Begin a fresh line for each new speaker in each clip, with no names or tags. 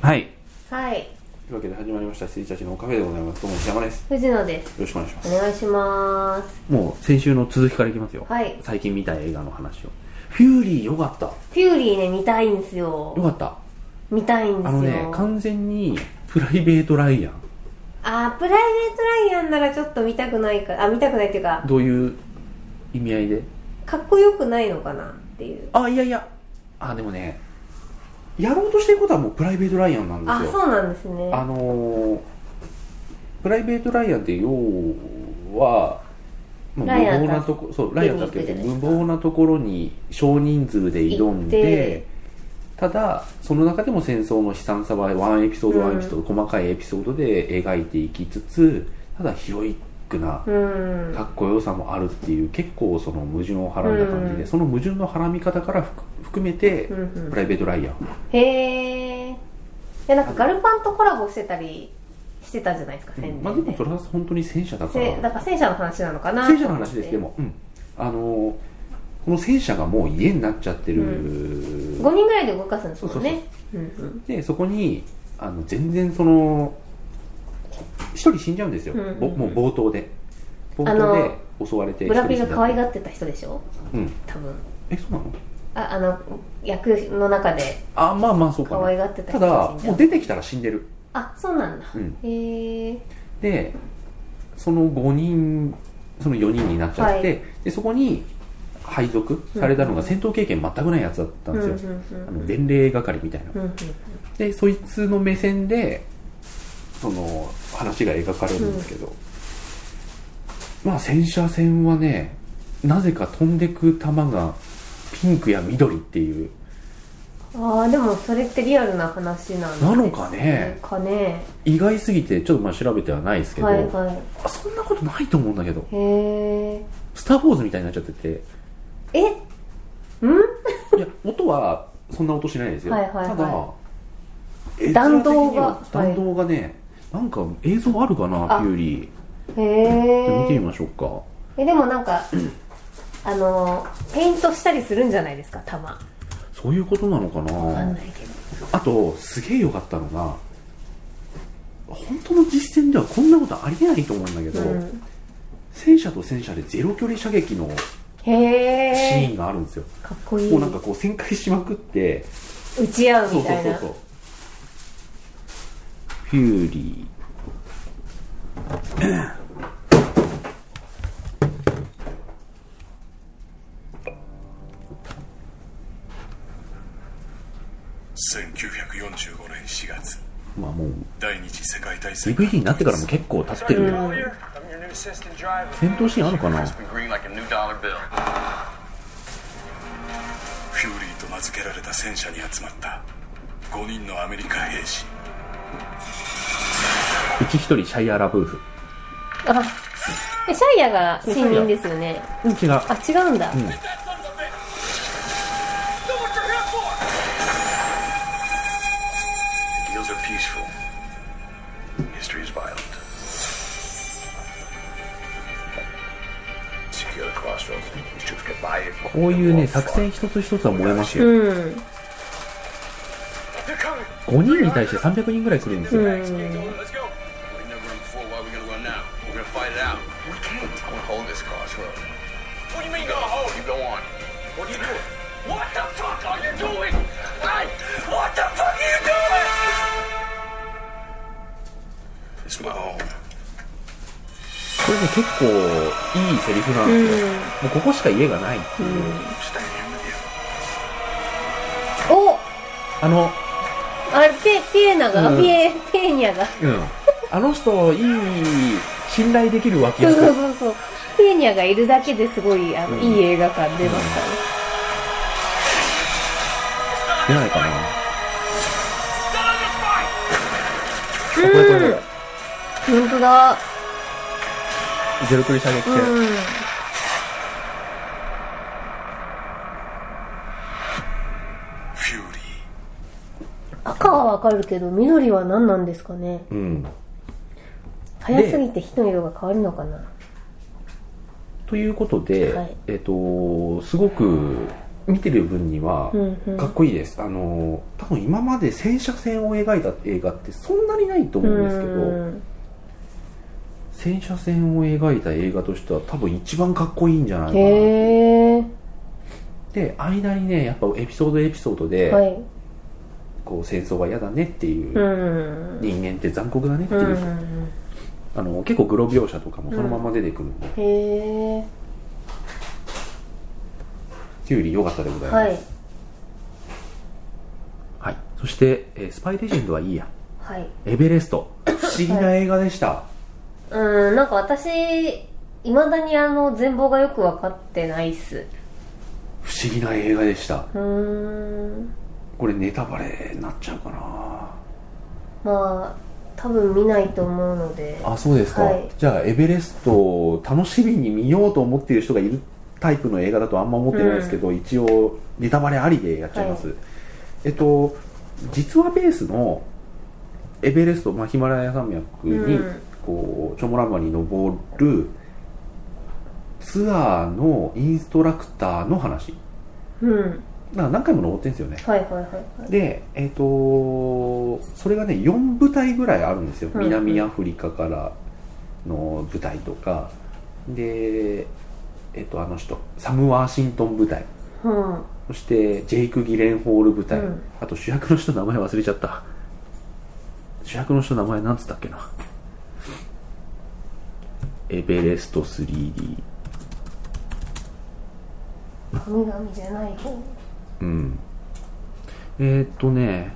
はい
はい
というわけで始まりました「スイたちのカフェ」でございますどうも石山ですよ
藤野です
ろしくお願いしま
お
す
願いします
もう先週の続きからいきますよ
はい
最近見た映画の話をフューリーよかった
フューリーね見たいんですよ
よかった
見たいんで
あ
す
の
よ
ね完全にプライベート・ライアン
あープライベートライアンならちょっと見たくないかあ見たくないっていうか
どういう意味合いで
かっこよくないのかなっていう
あいやいやあでもねやろうとしてることはもうプライベート・ライアンなんですよ
あそうなんですね
あのープライベート・ライアンって要は、まあ、
ライアン
無謀なとこそうライアンだけ
ピクニ
ど
ックじゃないです
無
か
謀なところに少人数で挑ん
行っ
で
て
ただその中でも戦争の悲惨さはワンエピソードワンエピソード、細かいエピソードで描いていきつつただヒロイックな
うん
かっこよさもあるっていう結構その矛盾をはらんだ感じで、
うん
その矛盾のはらみ方から含含めて、
うんうん
プライベート・ライアン
へえいやなんかガルパンとコラボしてたりしてたじゃないですか宣伝、
まあでもそれは本当に戦車だから
せだから戦車の話なのかな
戦車の話ですで
でも
も、うん、あのーこの戦車がもう家になっちゃってる、
5人ぐらいで動かすんですもんね
でそこにあの全然その一人死んじゃうんですよ、
うんうんうん
ぼもう冒頭で冒
あ
頭
の
で襲われて
ブラピ
一人
が
死んじゃ
可
って
愛がってた人でしょ
うん
多分
えそうなの
ああの役の中で
あまあまあそうか
可
な
愛がって
た
た人
だ
死んじゃ
もう
う
出てきたら死んでる
あそうなんだ、
うん
へえ
でその5人その4人になっちゃって、
はい
でそこに配属されたのが戦闘経験全くないやつだったんですよ、あの伝令係みたいな
うんうん
でそいつの目線でその話が描かれるんですけど、まあ戦車戦はねなぜか飛んでく弾がピンクや緑っていう
ああでもそれってリアルな話なんです
なのかね
かね
意外すぎてちょっとまあ調べてはないですけど、
はいはい
あそんなことないと思うんだけど
へえ
「スター・ウォーズ」みたいになっちゃってて
えん
いや音はそんな音しないですよ、
はいはいは
た
い
だ絵面的には
弾道が
弾道がね、なんか映像あるかな
あ
ピューリ
へ
ー見てみ
え
ましょうか
えでもな んかあのペイントしたりするんじゃないですかたま
そういうことなのか
わかん
な
ないけど
あとすげえ良かったのが本当の実戦ではこんなことありえないと思うんだけど、
うん
戦車と戦車でゼロ距離射撃のシ
へ
ー
え
ンがあるんですよ、
かっこいい
もうなんかこう旋回しまくって
打ち合う
そう
み
そう
たい
そう
な
そうフューリ
1945年4月
ーまあもう
第二次世界大戦
DVD になってからも結構経ってる、戦闘シーンあるかな
Crispin green like a new dollar bill.
フューリーと名付けられた戦車に集まった5人のアメリカ兵士
うち一人シャイア・ラブーフ
あえシャイアが新任ですよね
うん違う
あ違うんだ、
Deals are peaceful History is violent
Secure the crossroads. These troops get by you.
こういうね作戦一つ一つは燃えますよ、5人に対して300人ぐらい来る
Hmm.
んですよ、
Let's go. We've never run before. Why are we gonna run now? We're gonna fight it out. We can't. I'm gonna hold this crossroad. What do you mean gonna hold? You go on. What are you doing? What the fuck are you doing? Hey! What the fuck are you doing?
It's my home
これね結構いいセリフなんですよ、もうここしか家がないっていう、
I'm staying here with you
お
あの、
あれピエピエナが、
うん
ピエピエニャが
うん、あの人いい信頼できる脇
そうそう
役
そうそうピエニャがいるだけですごいあの、いい映画館出ましたね、
出ないかなあこれこれこれ
本当だ
ゼロ距離射撃戦、
うん
フューリ
赤はわかるけど緑は何なんですかね
うん
早すぎて火の色が変わるのかな
ということで、
はい
えっ、とすごく見てる分には
うんうん
かっこいいです、あの多分今まで戦車戦を描いた映画ってそんなにないと思うんですけど、
うん
戦車戦を描いた映画としては多分一番かっこいいんじゃないかなって
へえ
で間にねやっぱエピソードエピソードで、
はい
こう戦争は嫌だねっていう、
うん
人間って残酷だねって
う
いう、
ん
あの結構グロ描写とかもそのまま出てくるんで、
へえ
キュウリ良かったでございます、
は
はいいそして、えースパイレジェンド」はいいや
はい
エベレスト不思議な映画でした、
うんなんか私いまだにあの全貌がよく分かってないっす
不思議な映画でした
うーん
これネタバレになっちゃうかな
まあ多分見ないと思うので
あそうですか、
はい
じゃあエベレストを楽しみに見ようと思っている人がいるタイプの映画だとあんま思ってないですけど、一応ネタバレありでやっちゃいます、
は
えっと実話ベースのエベレスト、まあ、ヒマラヤ山脈に
うん
こうチョモランマに登るツアーのインストラクターの話
うん
だから何回も登ってるんですよね
はいはいはいはい
で、えっとそれがね4部隊ぐらいあるんですよ、
うんうん
南アフリカからの部隊とかで、えっとあの人サム・ワーシントン部隊
うんは
そしてジェイク・ギレンホール部隊、
うん
あと主役の人の名前忘れちゃった主役の人の名前なんつったっけなエベレスト 3D
神々じゃない方
うんえーっとね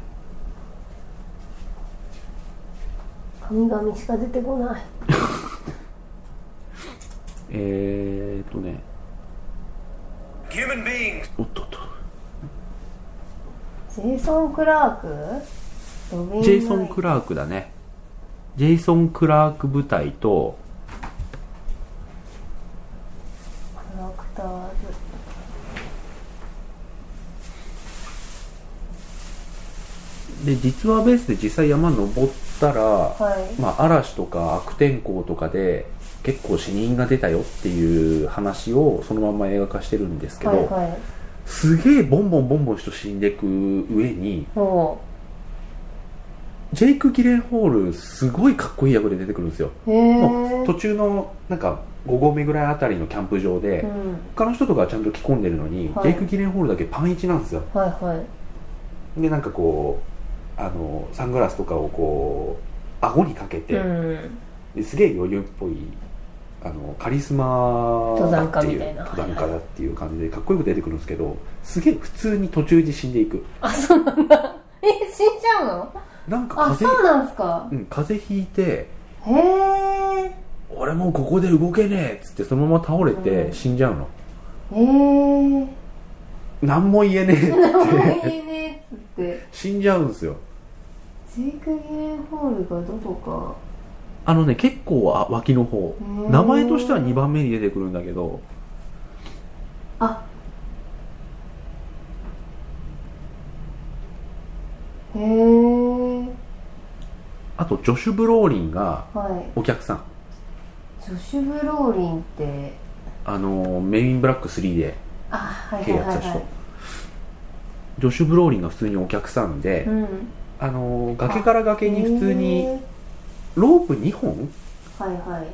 神々しか出てこない
えーっとね
Human beings.
おっとっと
ジェイソン・クラークロビン・
ジェイソン・ク
ラ
ラークだね。ジェイソン・クラーク部隊と、
ーククターズ
で、実話ベースで実際山登ったら、
はい
まあ、嵐とか悪天候とかで、結構死人が出たよっていう話をそのまま映画化してるんですけど、
はいはい
すげえボンボンボンボン人死んでく上に、
お
ジェイク・ギレンホール、すごいかっこいい役で出てくるんですよ。
うへえ
もう途中の、なんか、5合目ぐらいあたりのキャンプ場で、
うん
他の人とかはちゃんと着込んでるのに、
は
ジェ
い
イク・ギレンホールだけパンイチなんですよ
はいはい
でなんかこうあのサングラスとかをこう顎にかけて、
うん
ですげえ余裕っぽいあのカリスマ
登山
だってい
家み
う
たいな
登山家だっていう感じでかっこよく出てくるんですけどすげえ普通に途中で死んでいく
え死んじゃうの
なんか
あ
風
そう
邪,、
なんすか
うん、風邪ひいて
へえ
俺もうここで動けねえっつってそのまま倒れ
う
て
ん
死んじゃうの、
ええ
何も言えねえ
何も
っ
言
て
えねえっつって
死んじゃうんですよ
ジェイク・ギレンホールがどこか
あのね結構あ脇の方
へえ
名前としては2番目に出てくるんだけど
あへえ
あとジョシュ・ブローリンが
は
お客さん
いジョシュ・ブローリンって
あのメインブラック3で
あはいはい
契約
は
し
い
た人、
はい
ジョシュ・ブローリンが普通にお客さんで、
うん
あの崖から崖に普通
へ
に
え
ロープ2本
はいはい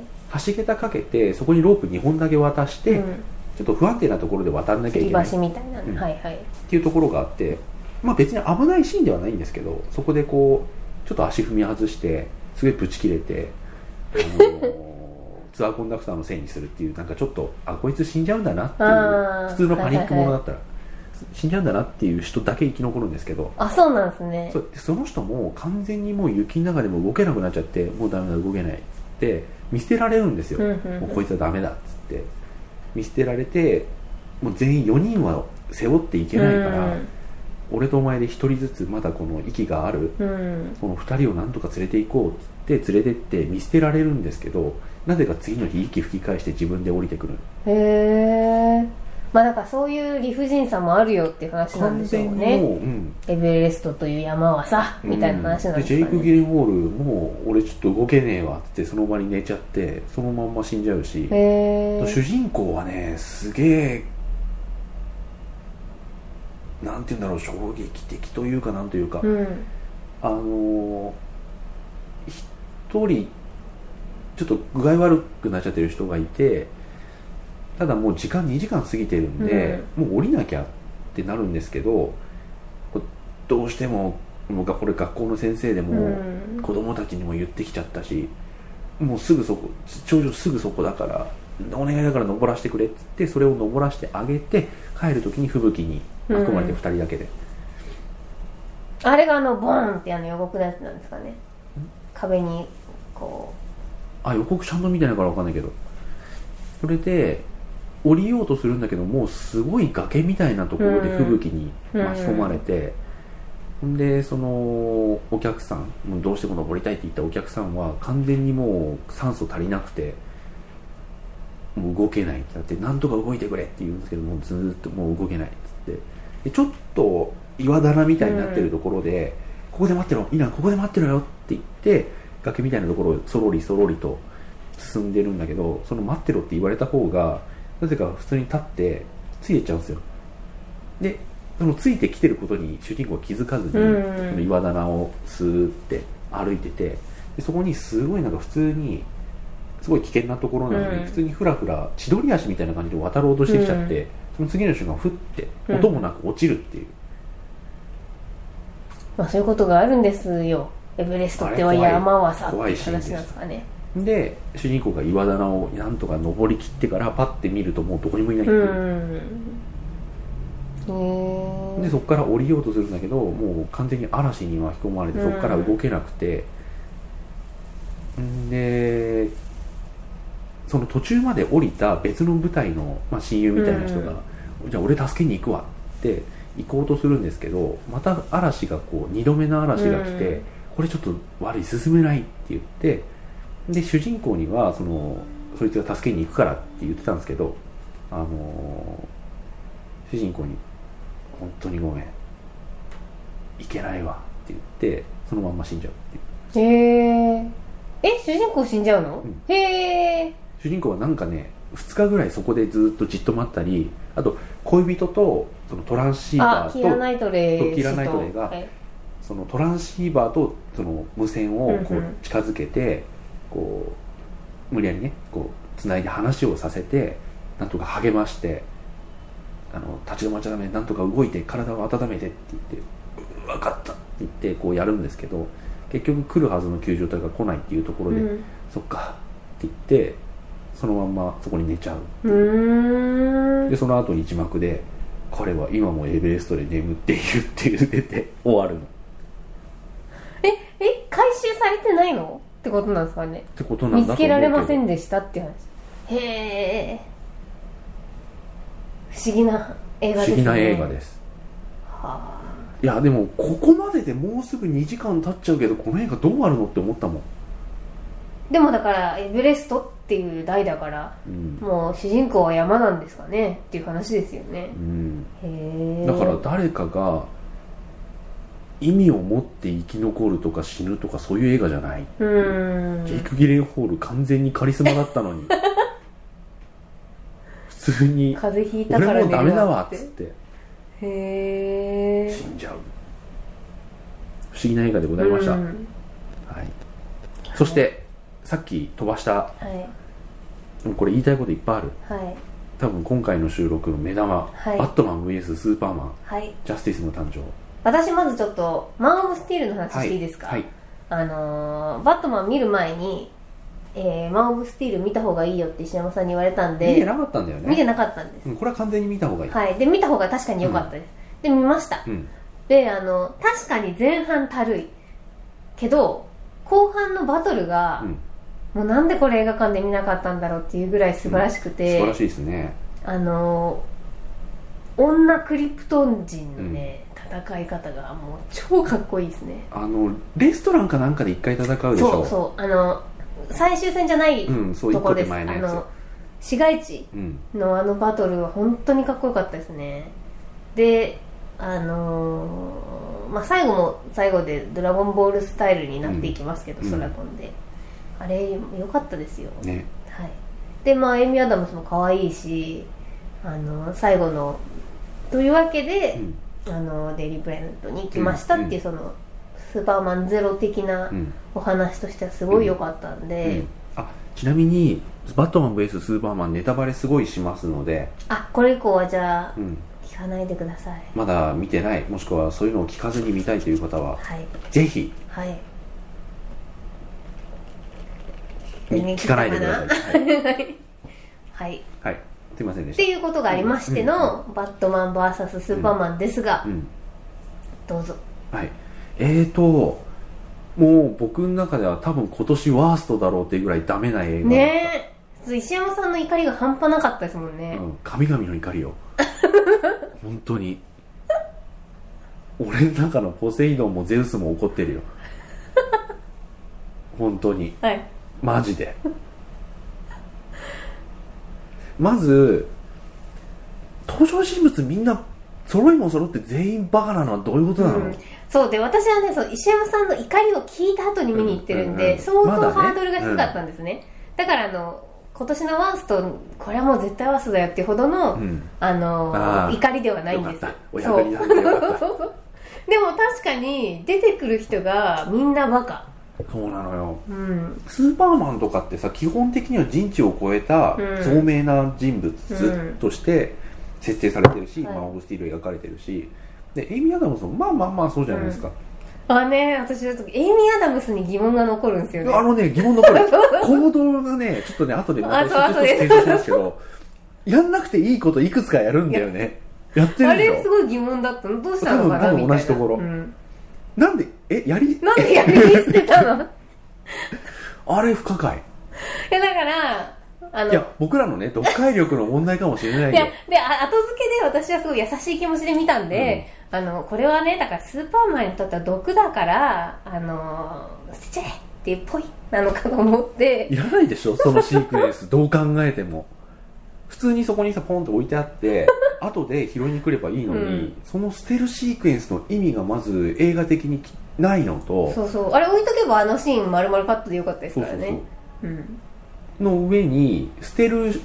橋桁かけてそこにロープ2本だけ渡して、
うん
ちょっと不安定なところで渡んなきゃ
吊
いけない
り
っ
橋みたいな、
うん
はいはい
ていうところがあって、まあ、別に危ないシーンではないんですけどそこでこうちょっと足踏み外してすごいブチ切れて、あのツアーコン ダクターのせいにするっていうなんかちょっとあこいつ死んじゃうんだなってい
あー
う普通のパニックもの
は
だったら、死んじゃうんだなっていう人だけ生き残るんですけど
あそうなんですね
そうでその人も完全にもう雪の中でも動けなくなっちゃってもうダメだ動けないっつって見捨てられるんですよ、
うんうんうん
もうこいつはダメだっつって見捨てられてもう全員4人は背負っていけないから、俺とお前で1人ずつまだこの息がある
うん、うん、
この2人をなんとか連れて行こうっつって連れてって見捨てられるんですけどなぜか次の日息吹き返して自分で降りてくる
へえまあなんかそういう理不尽さもあるよっていう話なん
完
でしょ
全
う
に
ね
もう、うん、
エベレストという山はさみたいな話なん
で
です
ジ
か
ェ
ね、
イク・ギレンホールもう俺ちょっと動けねえわっつってその場に寝ちゃってそのまんま死んじゃうし
へー
主人公はねすげえなんて言うんだろう衝撃的というかなんというか、
うん
あの一人ちょっと具合悪くなっちゃってる人がいてただもう時間2時間過ぎてるんで、もう降りなきゃってなるんですけどこうどうしてももうが俺学校の先生で
う
も、
ん
子供たちにも言ってきちゃったしもうすぐそこ頂上すぐそこだからお願いだから登らせてくれって言ってそれを登らせてあげて帰る時に吹雪に巻き込まれて
うん
2人だけで、
あれがあのボーンってあの予告のやつなんですかね壁にこ
あ予告ちゃんと見てないから分かんないけどそれで降りようとするんだけどもうすごい崖みたいなところで
うん
吹雪に巻き込まれて、ん、でそのお客さんもうどうしても登りたいって言ったお客さんは完全にもう酸素足りなくてもう動けないってなってなんとか動いてくれって言うんですけどもうずーっともう動けないっつってでちょっと岩だらみたいになってるところで、ここで待ってろイランここで待ってろよって言って崖みたいなところをそろりそろりと進んでるんだけどその待ってろって言われた方がなぜか普通に立ってついてっちゃうんですよでそのついてきてることに主人公は気づかずに、
うん
その岩棚をスーって歩いててでそこにすごいなんか普通にすごい危険なところなのに、
うん
普通にふらふら千鳥足みたいな感じで渡ろうとしてきちゃって、その次の瞬間ふって音もなく落ちるっていう、
うまあそういうことがあるんですよエベレストっては
あれ怖い
山はさって
怖
い
いうシーンでし
話
た
なんですかね
で主人公が岩棚をなんとか登りきってからパッて見るともうどこにもいないって
う
いう、
んへ
で
ー
そこから降りようとするんだけどもう完全に嵐に巻き込まれて
うん
そこから動けなくて、んでその途中まで降りた別の部隊の、まあ、親友みたいな人が、じゃあ俺助けに行くわって行こうとするんですけどまた嵐がこう2度目の嵐が来て、
うん
これちょっと悪い進めないって言ってで主人公にはそのそいつが助けに行くからって言ってたんですけどあのー主人公に「本当にごめん行けないわ」って言ってそのまんま死んじゃうっていう
へええ主人公死んじゃうの、
うん
へえ
主人公はなんかね2日ぐらいそこでずっとじっと待ったりあと恋人とそのトランシー
あ
バ
キラ
ーと
ナイトレイ
とキラナイトレイが
はい
そのトランシーバーとその無線をこ
うんうん
う近づけて、こう無理やりねこう繋いで話をさせてなんとか励ましてあの立ち止まっちゃダメなんとか動いて体を温めてって言って「分かった」って言ってこうやるんですけど結局来るはずの救助隊が来ないっていうところで「
うん
そっか」って言ってそのまんまそこに寝ちゃう
うーん
でその後に字幕で「彼は今もエベレストで眠っている」って言ってて終わるの。
ええ回収されてないのってことなんですかね
ってことなん
見
だと思う
つ
け
け
ど
られませんでしたっていう話へえ不思議な映
不
画です
思
ね
議な映画です
はあ
いやでもここまででもうすぐ2時間経っちゃうけどこの映画どうあるのって思ったもん、
でもだからエベレストっていう題だから
うん
もう主人公は山なんですかねっていう話ですよね
うん、
へえ
だから誰かが意味を持って生き残るとか死ぬとかそういう映画じゃない、
うーん
ジェイク・ギレンホール完全にカリスマだった のに普通に
風邪ひい
「
たから
俺もう
寝る
ダメだわ」っ
って
つって
へえ
死んじゃう不思議な映画でございました、
うん
はい、そしてさっき飛ばした
はい
もうこれ言いたいこといっぱいある
はい
多分今回の収録の目玉、
はい
バットマン VS スーパーマン
はい
ジャスティスの誕生
私まずちょっとマン・オブ・スティールの話していいですか、
はい、
あのーバットマン見る前に、えーマン・オブ・スティール見た方がいいよって石山さんに言われたんで
見てなかったんだよね
見てなかったんです、
うんこれは完全に見た方がいい、
はいで見た方が確かに良かったです、で見ました
うん
であの確かに前半たるいけど後半のバトルが、
うん
もうなんでこれ映画館で見なかったんだろうっていうぐらい素晴らし
素
くて、
晴らしいですね
あのー女クリプトン人のね、戦い方がもう超かっこいいですね
あのレストランかなんかで一回戦うでしょ
そうそうあの最終戦じゃない、
ん、そう一
と
個
こ
手
です。
前の
あ
やつ
の市街地
うん
のあのバトルは本当にかっこよかったですね。で、あのーまあ最後も最後でドラゴンボールスタイルになっていきますけど、
うん
空飛んで、あれ良かったですよ。
ね
はい。で、まあエイミー・アダムスも可愛いし、あの最後のというわけで、
うん
あのデイリープラネットに行きましたっていうそのスーパーマンゼロ的な
うん
お話としてはすごい良かったんで、
あちなみに「バットマン VS スーパーマン」ネタバレすごいしますので、
あこれ以降はじゃあ
うん、
聞かないでください
まだ見てないもしくはそういうのを聞かずに見たいという方は
はい
ぜひ
はい
み
ね
聞かないでください、はい
はい
はい、すいませんで
っ
して
いうことがありましての、バットマン VS スーパーマンですが、
た、うん
どうぞ
はい、えーともう僕の中では多分今年ワーストだろうっていうぐらいダメな映画
ねえそう石山さんの怒りが半端なかったですもんね、
うん、神々の怒り よ本当に俺の中のポセイドンもゼウスも怒って るよ本当に
はい
マジでまず登場人物みんな揃いも揃って全員バカなのはどういうことなの、
うんそうで私はねそう石山さんの怒りを聞いた後に見に行ってるんで、
うんうんうん
相
まだ
当
ね
ハードルが低かったんですね,、だからあの今年のワーストこれはもう絶対ワーストだよっていうほどの、
うん
あの
あー
怒りではないんです
よかったお役に立ててよかった
そうでも確かに出てくる人がみんなバカ
そうなのよ
うん
スーパーマンとかってさ基本的には人知を超えた
うん
聡明な人物
うん
として設定されてるし、
はい
マン・オブ・スティール描かれてるしでエイミー・アダムスもまあまあまあそうじゃないですか、
あね私ちょっとエイミー・アダムスに疑問が残るんですよね
あのね疑問残 る行動がねちょっとね後でまたちょっ
あ
と
そう後で
提示するんですけどやんなくていいこといくつかやるんだよねやって
あ
るでし
れす
ょ
ごい疑問だったのどうしたのかな
多分多
みたい
分
な
同じところ
うん
なんでえやり
なんでやりに捨て たのい
あれ不可解
やだからあの
いや僕らのね読解力の問題かもしれない
い
けど
やであ後付けで私はすごい優しい気持ちで見たんで、あのこれはねだからスーパーマンにとっては毒だからあの捨てちゃえっていうぽいなのかと思って
いらないで しょそのシークエンスどう考えても普通にそこにさポンと置いてあって 後で拾いに来ればいいのに、
うん
その捨てるシークエンスの意味がまず映画的にきないのと
そうそうあれ置いとけばあのシーン丸々カットでよかったですからねうん
の上に捨てる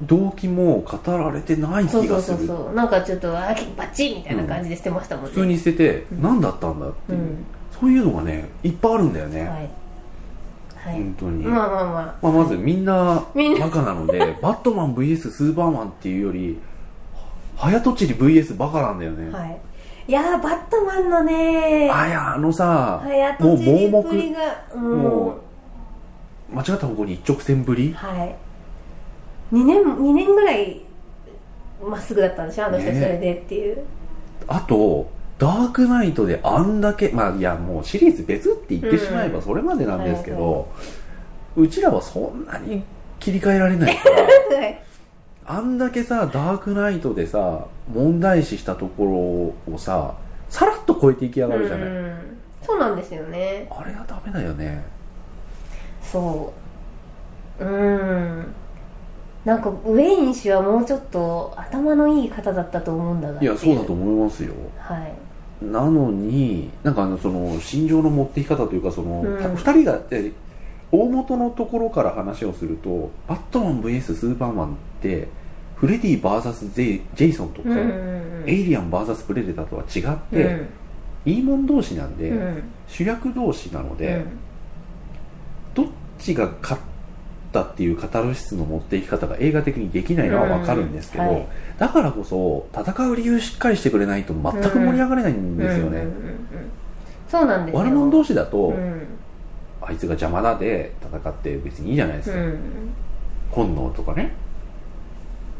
動機も語られてない
そう
気
そ
が
う
す
そう
る
そうなんかちょっとあバッチリみたいな感じで捨てましたもんね、
普通に捨てて、
うん
何だったんだって
う
いう、
ん
そういうのがねいっぱいあるんだよね、
はいはい、
本当に、
まあまあまあ
まあ、まずみんな
みんな
バカなので バットマン VS スーパーマンっていうより早とちり VS バカなんだよね、
はい、いやーバットマンのね
あいやあのさ
早
も
と
う
ちり
盲
っぷり
目
が
も
もう
う間違った方向に一直線ぶり
はい2年2年ぐらいまっすぐだったんでしょあの人そ
ねえ
れでっていう、
あとダークナイトであんだけまあいやもうシリーズ別って言ってしまえば
うん
それまでなんですけど、うちらはそんなに切り替えられないから
はい
あんだけさダークナイトでさ問題視したところをささらっと超えていきやがるじゃない、
うんそうなんですよね
あれがダメだよね
そううんなんかウェイン氏はもうちょっと頭のいい方だったと思うんだが
いやそうだと
思
思いますよ
はい
なのになんかあのその心情の持っていき方というかその、
うん
た二人がえ大元のところから話をするとバットマン VS スーパーマンってフレディ VS ジェイジェイソンとか、
うんうん
エイリアン VS プレデターとは違っ
うんう
て、
ん
いいもん同士なんで、
うん
主役同士なの
う
で、
ん
どっちが勝ったっていうカタルシスの持っていき方が映画的にできないのはわかるんですけど、
うんはい
だからこそ戦う理由しっかりしてくれないと全く盛り上がれないんですよね、
うんうんうんうんそうなんですよ
悪者同士だと、
うん
あいつが邪魔だで戦って別にいいじゃないです
う
か、
ん
本能とかね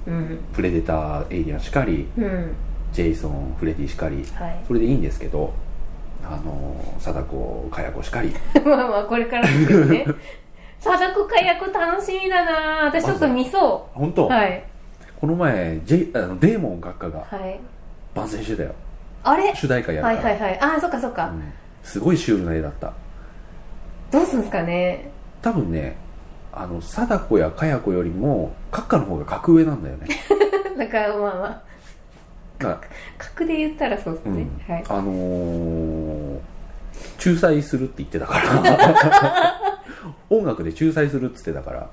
うん
プレデターエイリアンしかり
うん
ジェイソンフレディしかり
はい
それでいいんですけどあの貞子かや子しかり
まあまあこれからですけどね 貞子かやこ楽しみだな私ちょっと見そ
本当、
うはい
この前ジェイあのデーモン閣下が
はい
番宣してたよ
あれ
主題歌や
はい
るから、
はいはいああそっかそっか、
うんすごいシュールな絵だった
どうすんですかね
多分ねあの貞子やかや子よりも閣下の方が格上なんだよね
だからまあまあ
だから
格で言ったらそうですね、
うん
はい
あのー仲裁するって言っ てたから音楽で仲裁するって言ってたから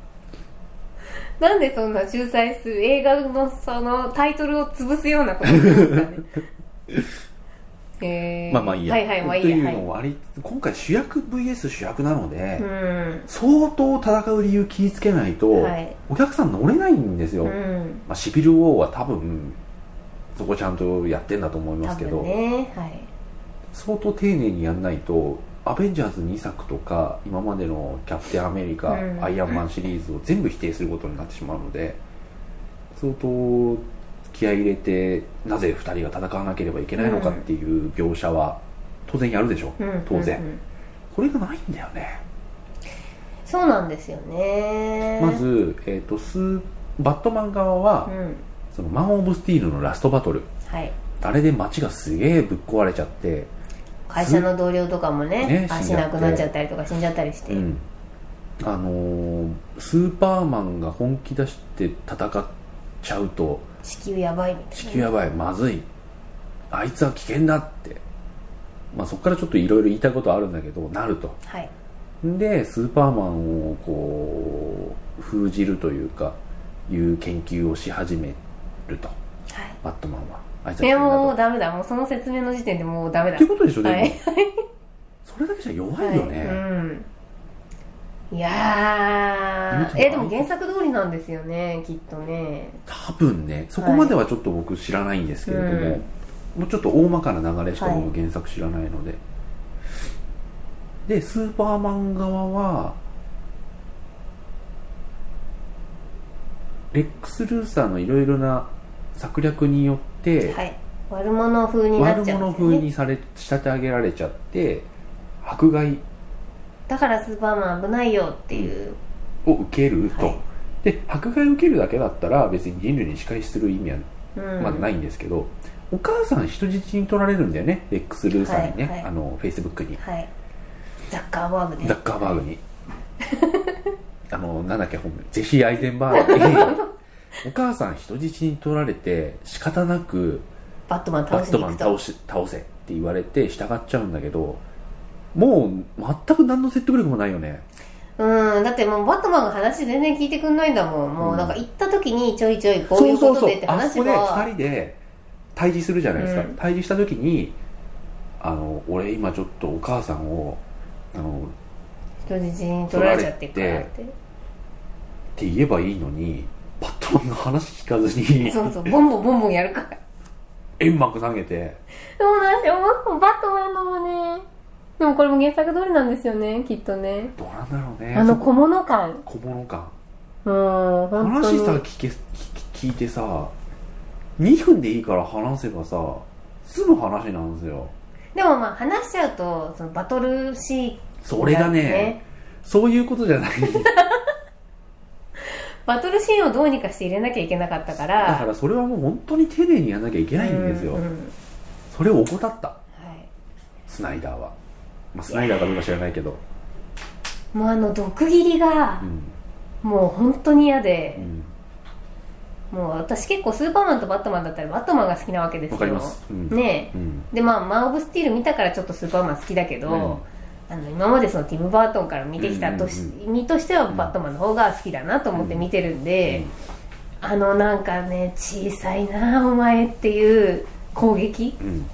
なんでそんな仲裁する映画のそのタイトルを潰すようなことです かねえー、
まあまあいいや。
はいはいまあい
と
い
いう
や、はい、
のもあり、今回主役 VS 主役なので、
うん
相当戦う理由気ぃつけないと、
はい
お客さん乗れないんですよ。
うん
まあ、シビル王は多分、そこちゃんとやってんだと思いま
多
すけど、
分ねはい
相当丁寧にやんないと、アベンジャーズ2作とか、今までのキャプテンアメリカ、
うん
アイアンマンシリーズを全部否定することになってしまうので、相当気合い入れて、なぜ2人が戦わなければいけないのかっていう描写は、当然やるでしょ、
うん
当然、
うんうん
これがないんだよね。
そうなんですよね
まず、えー、とスーバットマン側は、
うん
そのマン・オブ・スティールのラストバトル
はい
あれで街がすげえぶっ壊れちゃって、
会社の同僚とかもね
ね
あ
死
死
んじゃ
な
って
くなっちゃったりとか死んじゃったりして、
うんあのースーパーマンが本気出して戦っちゃうと
地球やばいみたいな
地球やばいまずいあいつは危険だって、まあ、そこからちょっといろいろ言いたいことあるんだけどなると
はい
でスーパーマンをこう封じるというかいう研究をし始めると
はい
バットマンはあいつ
い
は危
や
険だと
もうもうダメだもうその説明の時点でもうダメだ
っていうことでしょ、でも
はい
それだけじゃ弱いよね、
はいうん、いやー
言うても
えでも原作通りなんですよねきっとね
多分ねそこまではちょっと僕知らないんですけれども、
うん
もうちょっと大まかな流れしか
はい
僕原作知らないので、でスーパーマン側はレックス・ルーサーのいろいろな策略によって、
はい悪者風にな
悪
っちゃうん
者
ですよ
風
ね
にされ仕立て上げられちゃって迫害
だからスーパーマン危ないよっていう
を受けると、
はい
で迫害を受けるだけだったら別に人類に仕返しする意味は
うん
まだないんですけど、お母さん人質に取られるんだよねレックス・ルーさんにね、
はいはい
あのフェイスブックに
はいザッカーバーグ
ザ
ね
ッカーバーグに あのなんだっけ本名ジェシー・アイゼンバーグ にお母さん人質に取られて仕方なく
バットマン
バッ
倒しに
ト
行
マン
く
倒
と
し倒せって言われて従っちゃうんだけどもう全く何の説得力もないよね
うんだってもうバットマンが話全然聞いてくんないんだもんもうなんか行った時にちょいちょいこういうことでって
あそ
話
こで
は
2人で対峙するじゃないですか、
うん
対峙した時にあの俺今ちょっとお母さんをあの
人質に取られちゃってるからって
って言えばいいのにバットマンの話聞かずに
そうそうボンボンボンボンやるから
円幕投げて
そうなんですよ。もうバットマンのもね。でもこれも原作通りなんですよね、きっとね。
どうなんだろうね
あの
そ
小物感。
小物感
もう、本当
話
に。
さ聞け聞聞いてさ2分でいいから話せばさすぐ話なんですよ
でもまあ話しちゃうと、そのバトルシーン、
それだね
ね
そういうことじゃない
バトルシーンをどうにかして入れなきゃいけなかったから。
だからそれはもう本当に丁寧にやらなきゃいけないんですよ、
うんうん
それを怠った
はい
スナイダーは、まあ、スナイダーかどうか知らないけど、
もうあの毒斬りが
う、ん
もう本当に嫌で
う、ん、
もう私結構スーパーマンとバットマンだったらバットマンが好きなわけですよ。
わかりますうん
ね
う
え。
ん
でまあ、マン・オブ・スティール見たからちょっとスーパーマン好きだけど、
うん
あの今までそのティム・バートンから見てきたとし、
うん
身としてはバットマンの方が好きだなと思って見てるんで、あのなんかね小さいなお前っていう攻撃
うん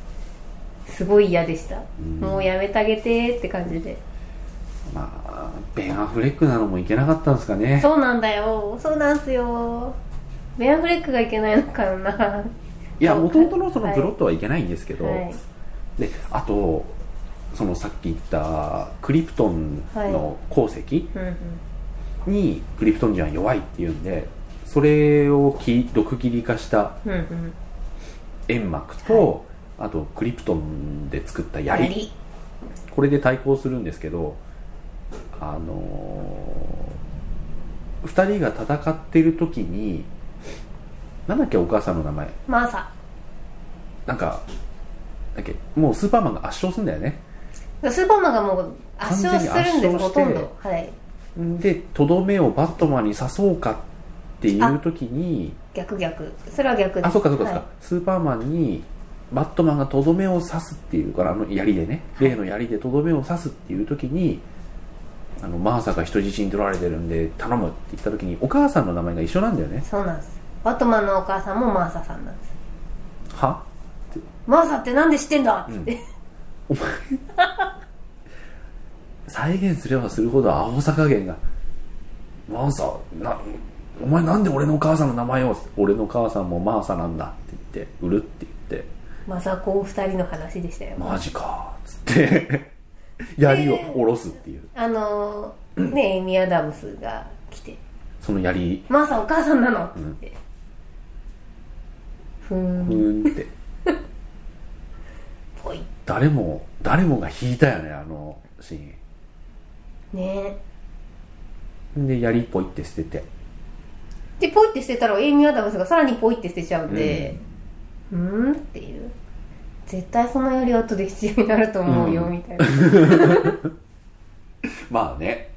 すごい嫌でした、
ん
もうやめてあげてって感じで
まあベン・アフレックなのもいけなかったんですかね
そうなんだよそうなんすよベアフレックがいけないのかない
や
そう
もともとのその
はい
プロットはいけないんですけど、
はい
であとそのさっき言ったクリプトンの鉱石
うんうん
にクリプトン人は弱いっていうんでそれをき毒切り化した
うんうん
煙幕と、あとクリプトンで作った
や
槍
り
これで対抗するんですけどあのー、2人が戦ってる時になんだっけお母さんの名前
マーサ
なんかなんだっけもうスーパーマンが圧勝するんだよね
スーパーマンがもう圧勝するんです
完全に圧勝して
ほとんどはい
でとどめをバットマンに刺そうかっていう時に
逆逆それは逆です
あそうかそうかそうか、
はい
スーパーマンにバットマンがとどめを刺すっていうからあの槍でね、
はい
例の槍でとどめを刺すっていう時にあのマーサが人質に取られてるんで頼むって言った時にお母さんの名前が一緒なんだよね
そうなんですバトマンのお母さんもマーサさんなんです
は
マーサってなんで知ってんだっつって、
お前再現すればするほど青さ加減が「マーサなお前なんで俺のお母さんの名前を俺の母さんもマーサなんだ」って言って「売る」って言って
マサコお二人の話でしたよ
「マジか」っつって 槍を下ろすっていう
あのーねエイミー・アダムスが来て
その槍
「マーサお母さんなの」っつって、ふー
うんーんって
ぽい
誰も誰もが引いたよねあのシーン
ね
で槍ポイって捨てて
でポイって捨てたらエイミー・アダムスがさらにポイって捨てちゃうんでうーんっていう絶対そのやり後で必要になると思うよ、
うん
みたいな
まあね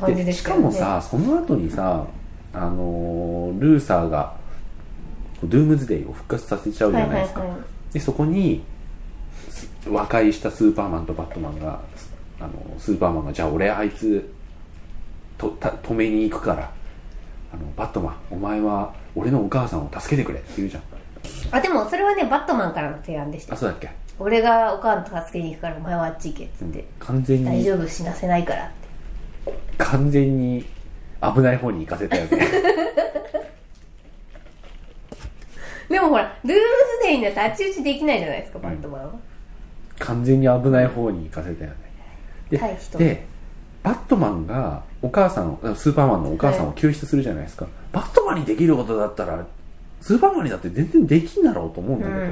感じで
で
し
したか
よね
もさその後にさあのールーサーがこうドゥームズデイを復活させちゃうじ
は
ゃ
い
な
はいい
ですか、
は
でそこにす和解したスーパーマンとバットマンがすあのスーパーマンがじゃあ俺あいつとた止めに行くからあのバットマンお前は俺のお母さんを助けてくれって言うじゃん
いあでもそれはねバットマンからの提案でし
あ
た
そうだっけ、
俺がおかんと助けに行くからお前はあっち行けっつ
う
っ
ん
て、
完全
大
に
丈夫死なせないからって
完全に危ない方に行かせたよ ね
でもほら、ルームズデイには太刀打ちできないじゃないですか、バットマンは。
完全に危ない方に行かせたよねで
対人。
でバットマンがお母さんをスーパーマンのお母さんを救出するじゃないですか、バットマンにできることだったらスーパーマンにだって全然できんだろうと思うん
う
だけど、
ん。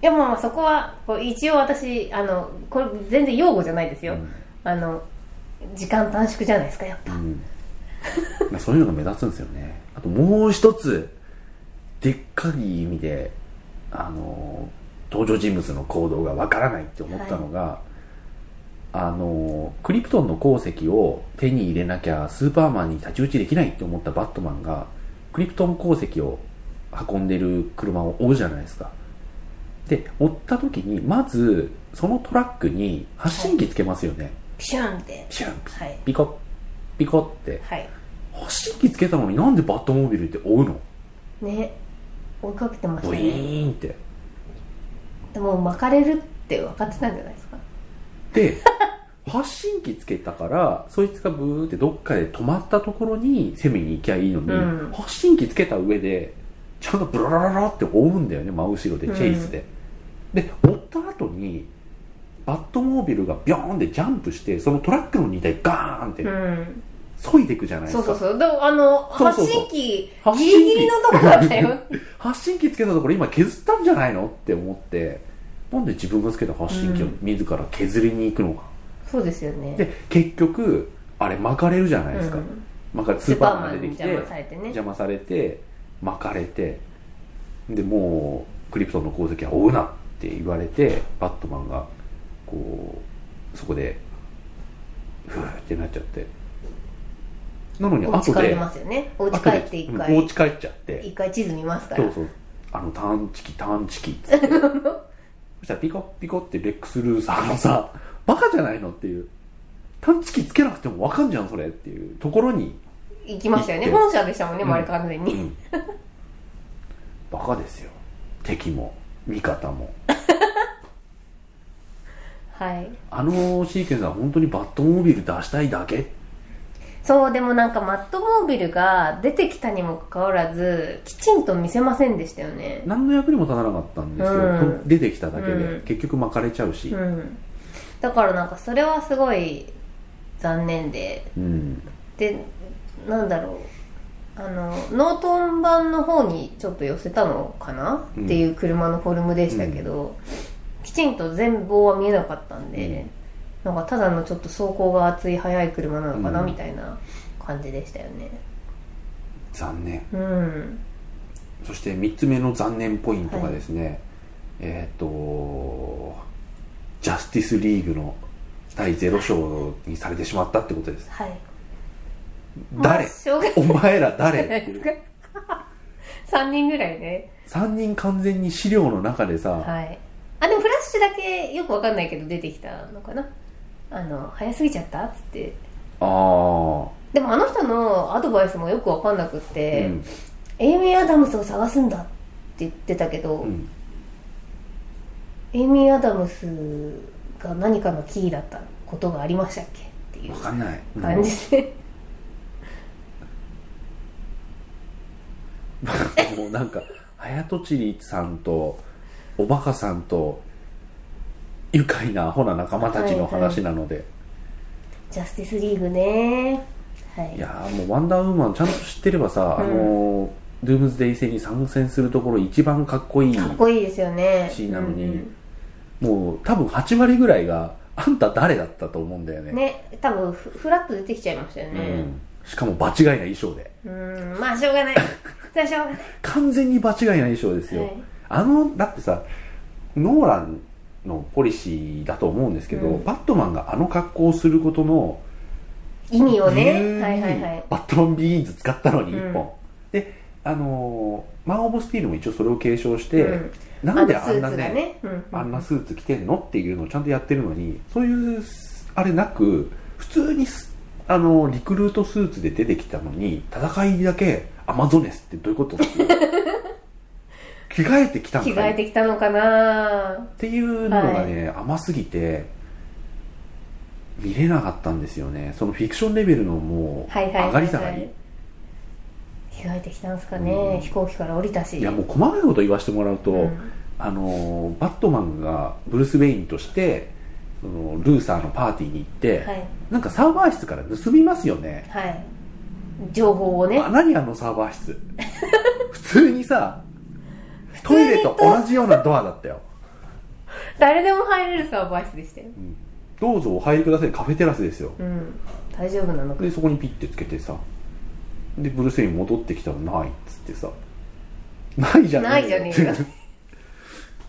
いや、まあまあそこは、こう一応私、あの、これ全然用語じゃないですよ。
うん
あの、時間短縮じゃないですか、やっぱ。
うんまあそういうのが目立つんですよねあともう一つでっかい意味であの登場人物の行動がわからないって思ったのが、あのクリプトンの鉱石を手に入れなきゃスーパーマンに太刀打ちできないって思ったバットマンがクリプトン鉱石を運んでる車を追うじゃないですかで追った時にまずそのトラックに発信機つけますよね、
ピシュンって。
ピシュンピ
はい。
ピコッピコッって
はい。
発信機つけたのになんでバットモービルって追うの
ね。追いかけてました
ブイ
ね。
ーンって
でも、巻かれるって分かってたんじゃないですか。
で 発信機つけたからそいつがブーってどっかで止まったところに攻めに行きゃいいのに、
うん
発信機つけた上でちゃんとブララララって追うんだよね真後ろでチェイスで、で追った後にバットモービルがビョーンってジャンプしてそのトラックの荷台ガーンって
うん。
削いでいくじゃないです
そ
か、
うそうそう。でも、あの、
そうそうそ
発
う
信機、
発
ギ
信
リ
機
ギリのとこだった よ。
発信機つけたところ今削ったんじゃないのって思ってなんで自分がつけた発信機を自ら削りに行くのか、
そうですよね。
で結局あれ巻かれるじゃないですか、
うん
巻かれス
ス
ー
ー
パ
パ
ー
ー
マ
マ
ン
ン
出
に
てきて
邪魔されてね。
邪魔されて巻かれてでもうクリプトンの鉱石は追うなって言われてバットマンがこうそこでふーってなっちゃってなのに
お家
後
帰り
で
ますよねお家
後
帰
で
って一
うん
回、
お家帰っちゃって
一回地図見ますか
そ
ら
うそうあの探知機探知 機っつってそしたらピコッピコってレックス・ルーサーのさバカじゃないのっていう探知機つけなくてもわかんじゃんそれっていうところに、
行きましたよね
行って
本社でしたもんね、
うん
もうあれ完全に、
バカですよ敵も味方も
はい
あのシーケンスは本当にバットモービル出したいだけ
そうでもなんかマットモービルが出てきたにもかかわらずきちんと見せませんでしたよね
何の役にも立たなかったんですよ、
うん
出てきただけで、
うん
結局巻かれちゃうし
うんだからなんかそれはすごい残念で
うん
でなんだろうあのノートン版の方にちょっと寄せたのかな、
うん
っていう車のフォルムでしたけど、きちんと全貌は見えなかったんで、なんかただのちょっと走行が厚い速い車なのかな、
うん
みたいな感じでしたよね
残念
うん
そして3つ目の残念ポイントがですね、えっ、とジャスティスリーグの第0勝にされてしまったってことです
はい
誰
小学
お前ら誰
生
って
です
いう
か 3人ぐらいね
3人完全に資料の中でさ、
はいあでもフラッシュだけよくわかんないけど出てきたのかなあの早すぎちゃったっつって
ああ
でもあの人のアドバイスもよく分かんなくって、
うん
エイミー・アダムスを探すんだって言ってたけど、
うん
エイミー・アダムスが何かのキーだったことがありましたっけっていう
分かんないうん
感じで、
もうなんか早とちりさんとおバカさんと愉快なアホな仲間たちの話なので、
ジャスティスリーグねはい
いやーもう「ワンダーウーマン」ちゃんと知ってればさ、あのードゥームズデイ戦に参戦するところ一番かっこいい
かっこいいですよね
シーンなのに、
うん
もう多分8割ぐらいがあんた誰だったと思うんだよね
うんね多分ふフラッと出てきちゃいましたよ
う
ね
ん、しかも場違いな衣装で
うんまあしょうがない それはしょうがない
完全に場違いな衣装ですよ、
はい
あのだってさノーランのポリシーだと思うんですけど、
うん
バットマンがあの格好をすることの
意味を
理由
ね
に
はいはいはい
バットマンビギンズ使ったのに1本、
うん
であのーマン・オブ・スティールも一応それを継承して、
うん
なんであんな
のスーツが
ね
ね、うん
あんなスーツ着てんのっていうのをちゃんとやってるのにそういうあれなく普通にすあのリクルートスーツで出てきたのに戦いだけアマゾネスってどういうことっていう 着替えてきたん
着
か
替
い
え
って
きたのかな
ていうのがね、甘すぎて見れなかったんですよねそのフィクションレベルのもう
はいはいはいはい
上がり下がり、い
着替えてきたんですかね、
うん
飛行機から降りたし
やもう細かいこと言わせてもらうと、
うん
あのバットマンがブルース・ウェインとしてそのルーサーのパーティーに行って、
はい
なんかサーバー室から盗みますよね。
はい情報をね
あ、何あのサーバー室。 普通にさ、トイレと同じようなドアだったよ。
誰でも入れるサーバー室でしたよ、
どうぞお入りください、カフェテラスですよ。
うん、大丈夫なのか
で、そこにピッてつけてさ、で、ブルース・ウェイン戻ってきたらないっつってさ、ないじゃねえ
ないじゃねえか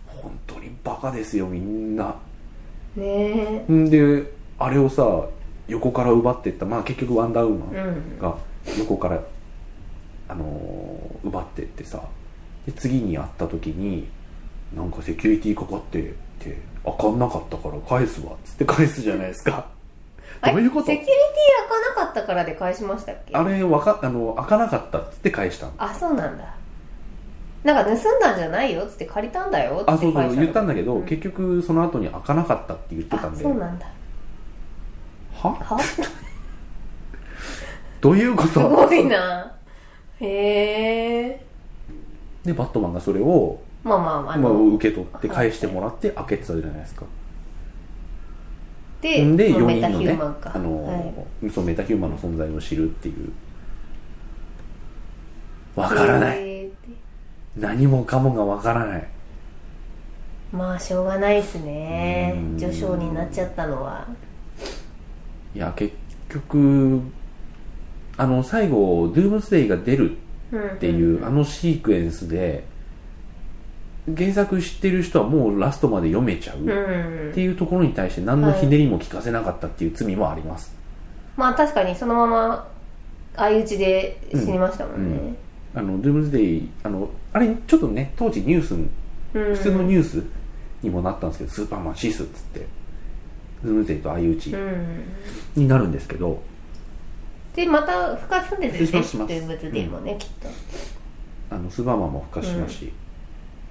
本当にバカですよ、みんな。
ね
んで、あれをさ、横から奪ってった、まあ結局ワンダーウーマン。
えうん
が横から、あのー奪ってってさで次に会った時になんかセキュリティかかってて開かんなかったから返すわっつって返すじゃないですかどういうこと
あれセキュリティ開かなかったからで返しましたっけ
あれわかあの開かなかったっつって返したの
あそうなんだなんか盗んだんじゃないよっつって借りたんだよっつって
あそうそ
返し
う
たの
言ったんだけど、
うん
結局その後に開かなかったって言ってたん
あ
で
そうなんだ
は
はす
どういうこと
ごいなへえ
でバットマンがそれを、
まあまあまああ
まあ、
の
受け取って返してもらって開けてたじゃないですか
で
で
まあ
4
メ
人
タ
の
ヒュー
ね
マンか
あの、
はい
そうメタヒューマンの存在を知るっていうわからない、
へえ
何もかもがわからない
まあしょうがないですね
うん
序章になっちゃったのはい
や結局あの最後ドゥームスデイが出る
うん
っていう、あのシークエンスで原作知ってる人はもうラストまで読めちゃう、
う
っ
ん
ていうところに対して何のひねりも聞かせなかったっていう罪もあります、
まあ確かにそのまま相打ちで死にましたもんね、
あのドゥームスデイあのあれちょっとね当時ニュース
うん
普通のニュースにもなったんですけど、スーパーマンシスっつって、ズムゼイと相打ち
うん
になるんですけど、
でまた復活するんです
しま
よ
すしま
ね
す
動物でもね、きっと
あのスーパーマンも復活しますし、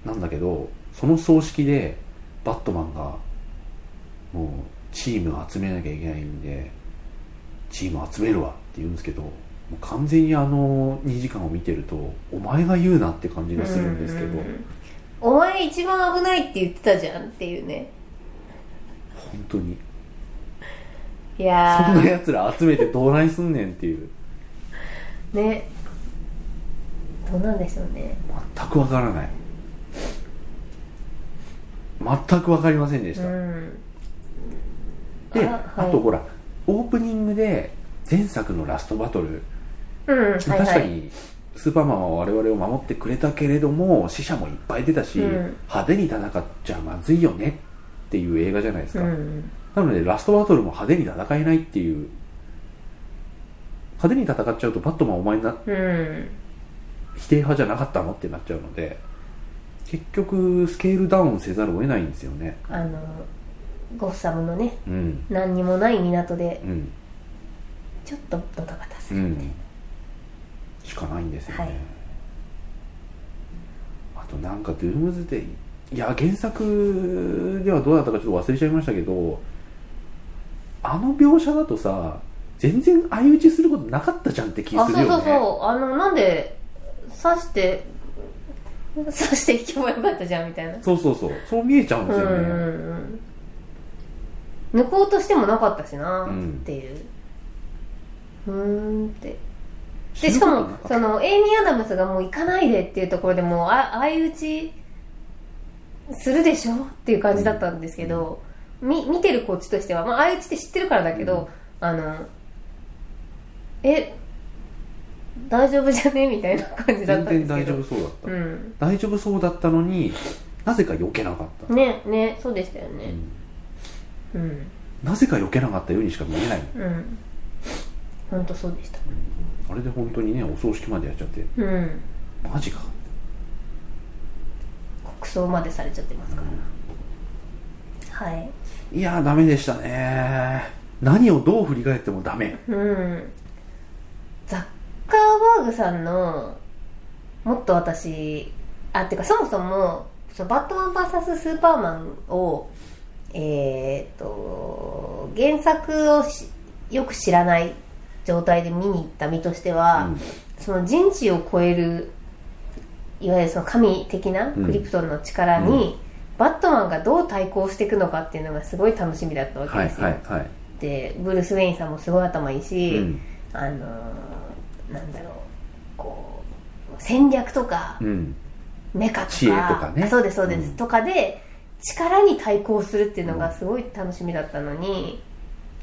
なんだけど、その葬式で、バットマンが、もう、チーム集めなきゃいけないんで、チーム集めるわって言うんですけど、もう完全にあの2時間を見てると、お前が言うなって感じがするんですけど、
うお前一番危ないって言ってたじゃんっていうね
本当に、
い
そ
や
んな奴ら集めてどうないすんねんっていう、
ーねどうなんでしょうね
全くわからない全くわかりませんでし
う
た、
ん
であ,、
あはい
とほらオープニングで前作のラストバトル、
うんはいはい
確かにスーパーマンは我々を守ってくれたけれども死者もいっぱい出たし、
うん
派手に戦っちゃまずいよねっていう映画じゃないです
う
か、
ん
なのでラストバトルも派手に戦えないっていう派手に戦っちゃうとバットマンお前な
うん
否定派じゃなかったのってなっちゃうので結局スケールダウンせざるを得ないんですよね
あのゴッサムのね
うん
何にもない港で
うん
ちょっとドタバタす
う
る、
んしかないんですよね、
はい
あとなんか「ドゥームズデイ」いや原作ではどうだったかちょっと忘れちゃいましたけどあの描写だとさ全然相打ちすることなかったじゃんって気
あ
す
そ
る
うそ
よ
う
ね
そうあのなんで刺して刺していけばよかったじゃんみたいな
そうそうそうそう見えちゃうん
う
で
ん
す
う
よね、
んうん抜こうとしてもなかったしな
うん
っていううーんってで
死
し
ぬ
か
こ
も
となった
そのエイミー・アダムスがもう行かないでっていうところでもうあ相打ちするでしょっていう感じだったんですけど、み見てるこっちとしては、まあ、相打ちって知ってるからだけど、あのえ大丈夫じゃねみたいな感じだっ
全
た
然
んですけ
大丈
ど
夫そうだった、
うん
大丈夫そうだったのになぜか避けなかった、
ねねそうでしたよ
う
ね
ん
うん
なぜか避けなかったようにしか見えない
うん本当そうでした
あれで本当にねお葬式までやっちゃって
うん
マジか
国葬までされちゃってますから、はい
いやーダメでしたね何をどう振り返ってもダメ
うんザッカーバーグさんのもっと私あってかそもそもそのバットマン VS スーパーマンをえー、と原作をしよく知らない状態で見に行った身としては、
うん
その人知を超えるいわゆるその神的な
うん
クリプトンの力に、バットマンがどう対抗していくのかっていうのがすごい楽しみだったわけ
はい
ですよ。
はいはい、
でブルース・ウェインさんもすごい頭いいし、
うん
あのーなんだろうこう戦略とか
うん、
メカとか
知恵とかね
あそうですそうです、
うん
とかで力に対抗するっていうのがすごい楽しみだったのに、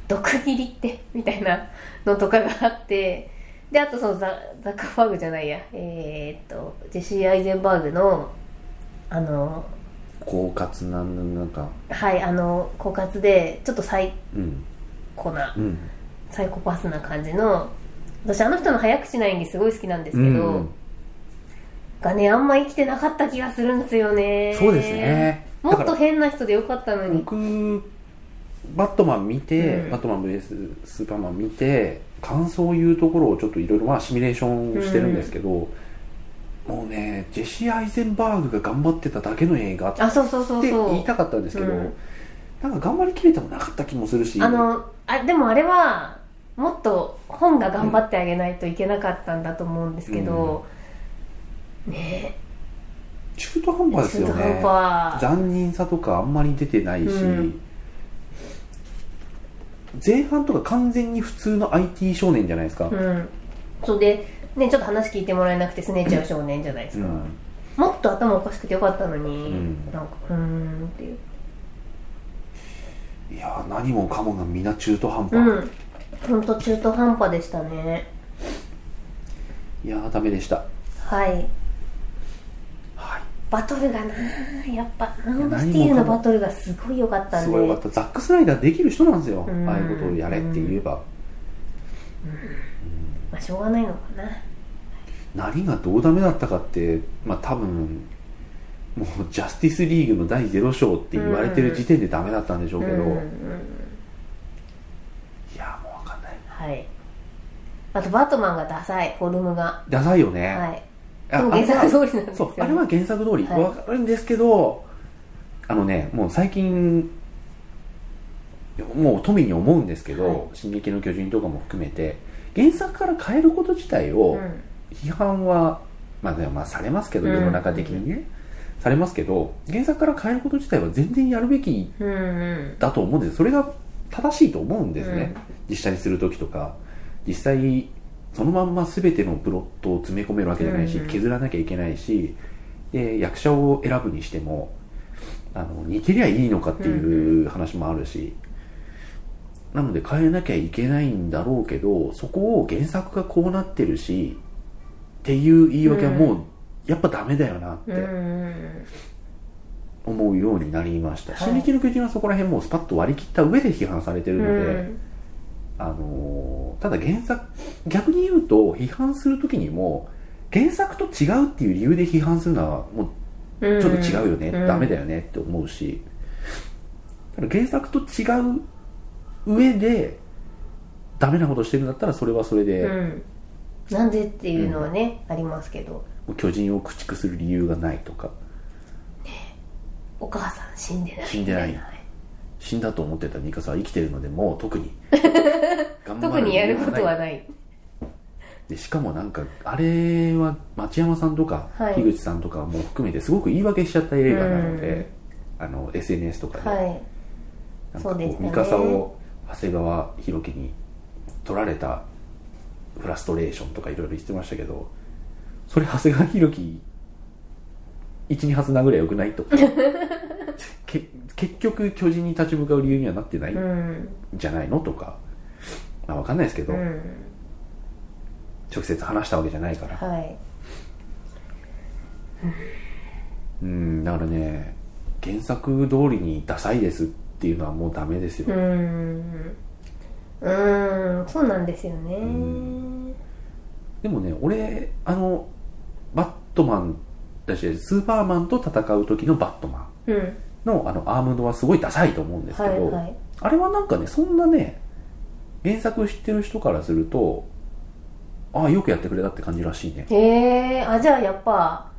毒斬りって みたいなのとかがあってであとそのザザッカーバーグじゃないやえーっとジェシー・アイゼンバーグのあの
狡猾ななんか
はいあの狡猾でちょっと最
うん
高な
うん
サイコパスな感じの私あの人の早口な演技すごい好きなんですけど、
うん
がねあんま生きてなかった気がするんですよね
そうですね
も
だ
っ
か
と
ら
変な人でよかったのに
僕バットマン見て、
うん
バットマン VS スーパーマン見て感想を言うところをちょっといろいろまあシミュレーションしてるんですけど、もうねジェシー・アイゼンバーグが頑張ってただけの映画って
あそうそうそう
言い
そ
たかったんですけど、
うん
なんか頑張りきれてもなかった気もするし
うあのあでもあれはもっと本が頑張ってあげないといけなかったんだと思うんですけど、ね
中途半
え
端です
中
よ
途
ね
半端
残忍さとかあんまり出てないし、
うん
前半とか完全に普通の IT 少年じゃないですか、
うんそうでねちょっと話聞いてもらえなくてすねちゃう少年じゃないですか、
うん
もっと頭おかしくてよかったのに、
うん
なんかうーんっていう
いやー何もかもが皆中途半端、
うんほんと中途半端でしたね
いやーダメでした、
はい
は
バトルがなやっぱマン・オブ・ス
何
テ
も
ィール
か
の
も
バトルがすごい良かった
い、
んです
ごいよかったザック・スライダーできる人なんですよ、
うん
ああいうことをやれって言えば、
まあ、しょうがないのかな
何がどうダメだったかってまあ多分もうジャスティスリーグの第0章って言われてる時点でダメだったんでしょうけど、
うんう
い
ん
やーもう分かんない
はいあとバットマンがダサいフォルムが
ダサいよね、
はい
あ
でも
あれ
原
は
作通りなんです
そ
よ
うあれは原作通り
はい
わかるんですけど、あのねもう最近もう富に思うんですけど「
はい
進撃の巨人」とかも含めて原作から変えること自体を
うん
批判は、まあでもまあされますけど
うん
世の中的にね、されますけど原作から変えること自体は全然やるべき
うんうん
だと思うんですそれが正しいと思うんですね、
う
実写にする時とか実際そのまんま全てのプロットを詰め込めるわけじゃないし、
うんうん
削らなきゃいけないしで役者を選ぶにしてもあの似てりゃいいのかっていう話もあるし、なので変えなきゃいけないんだろうけどそこを原作がこうなってるしっていう言い訳はもう、やっぱダメだよなって、
うんうん
思うようになりました、
はい
進撃の巨人はそこら辺もうスパッと割り切った上で批判されてる
う
ので、
ん
あのーただ原作逆に言うと批判する時にも原作と違うっていう理由で批判するのはもう
うん
ちょっと違うよね、
うん
ダメだよねって思うしだから原作と違う上でダメなことしてるんだったらそれはそれで、
うん、なんでっていうのはね、ありますけど
巨人を駆逐する理由がないとか
お母さん死んでない
死んでない死んだと思ってたニカさんは生きてるのでもう特 に頑張
特にやることはない
でしかもなんかあれは町山さんとか
はい
樋口さんとかも含めてすごく言い訳しちゃった映画なので、あの SNS とかで、
はい
なんか
そうで
こ
した
う三
ね
笠を長谷川博己に取られたフラストレーションとかいろいろ言ってましたけどそれ長谷川博己12発殴りゃよくないと け結局巨人に立ち向かう理由にはなってない
うんん
じゃないのとか、まあ、分かんないですけど、
うん
直接話したわけじゃないから
はい
うんだからね原作通りにダサいですっていうのはもうダメですよ、
うんうんそうなんですよね
んでもね俺あのバットマンだしスーパーマンと戦う時のバットマ
うん
ンのあのアームドはすごいダサいと思うんです
は
け
い
ど、
はい
あれはなんかねそんなね原作知ってる人からするとああよくやってくれたって感じらしいね
へえー、あじゃあやっぱ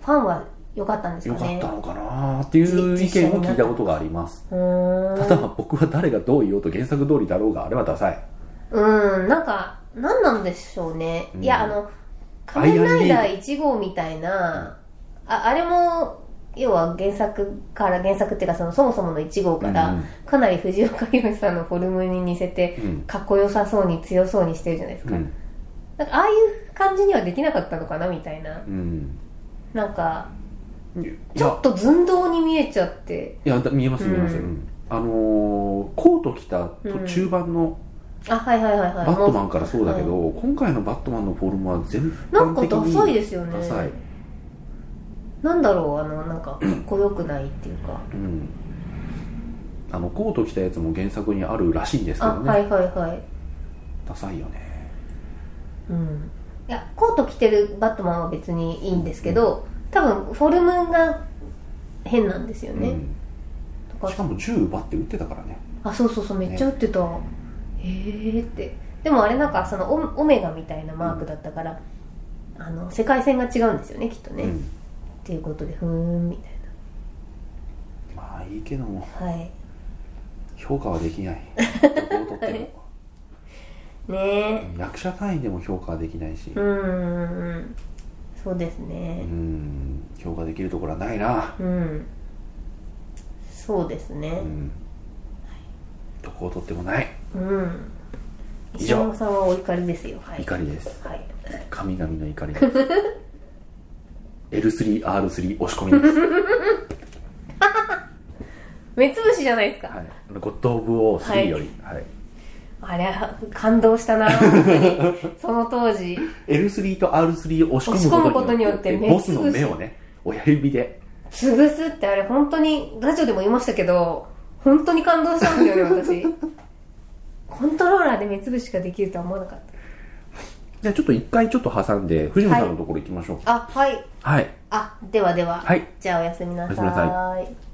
ファンは良かったんです
よ
か
か
ね
ったのかなっていう意見を聞いたことがあります
うーん
ただ僕は誰がどう言おうと原作通りだろうがあれはダサい
うん、なんか、なんなんでしょうね。
うん
いや、あの、仮面ライダ
アイアン
ー1号みたいな、ああれも、要は原作から、原作っていうかその、そもそもの1号から、
うん
かなり藤岡弘さんのフォルムに似せて、
うん
かっこよさそうに強そうにしてるじゃないです
う
か。
ん
なんか、ああいう感じにはできなかったのかな、みたい
う
な。
ん
なんか、
い
ちょ
や
っと寸胴に見えちゃって、
いやだ見えます見えます、
うん
うんあのーコート着た途中盤の、
あ、はいはいはいはい。
バットマ
も
ンからそうだけど、今回のバットマンのフォルムは全
うなんかダサいですすよね。
ダサい、
なんだろう、あの、なん か、かっこよくないっていうか。
うん、あのコート着たやつも原作にあるらしいんですけ
あ
どね、
はいはいはい
ダサいよね
うんいやコート着てるバットマンは別にいいんですけど、多分フォルムが変なんですよね、
う
と
ん、しか
か
も銃奪って撃ってたからね
あそうそうそうめっちゃ打ってた、へえってでもあれなんかそのオオメガみたいなマークだったから、あの世界線が違うんですよねきっとね、
う
っ
ん
ていうことでふーんみたい
まあいいけども
なはい
評価はでき ないどこを取っても
ね
役者単位でも評価はできないし
えうーんそうです
う
ね
ん評価できるところはないな
うん、そうですね
うんどこを取ってもない
うん
以上
石山さんはお怒りですよはい
怒りです
はい
神々の怒りです L3R3 押し込み です
目つぶしじゃないですか、
はい、あのゴッド・オブ・オー3より、はい
あれは感動したな本 当にその当時
L3 と R3 を押し込むことによって
押し込むこ
ボス
とによって
の目をね親指で
潰すってあれ本当にラジオでも言いましたけど本当に感動したんですよ ね私コントローラーで目つぶしができるとは思わなかっ
じゃあちょっと一回ちょっと挟んで藤本さんのところ行きましょう
たあはい
はい、
あではでは、
はい
じゃあおやすみな
おやすみな
さい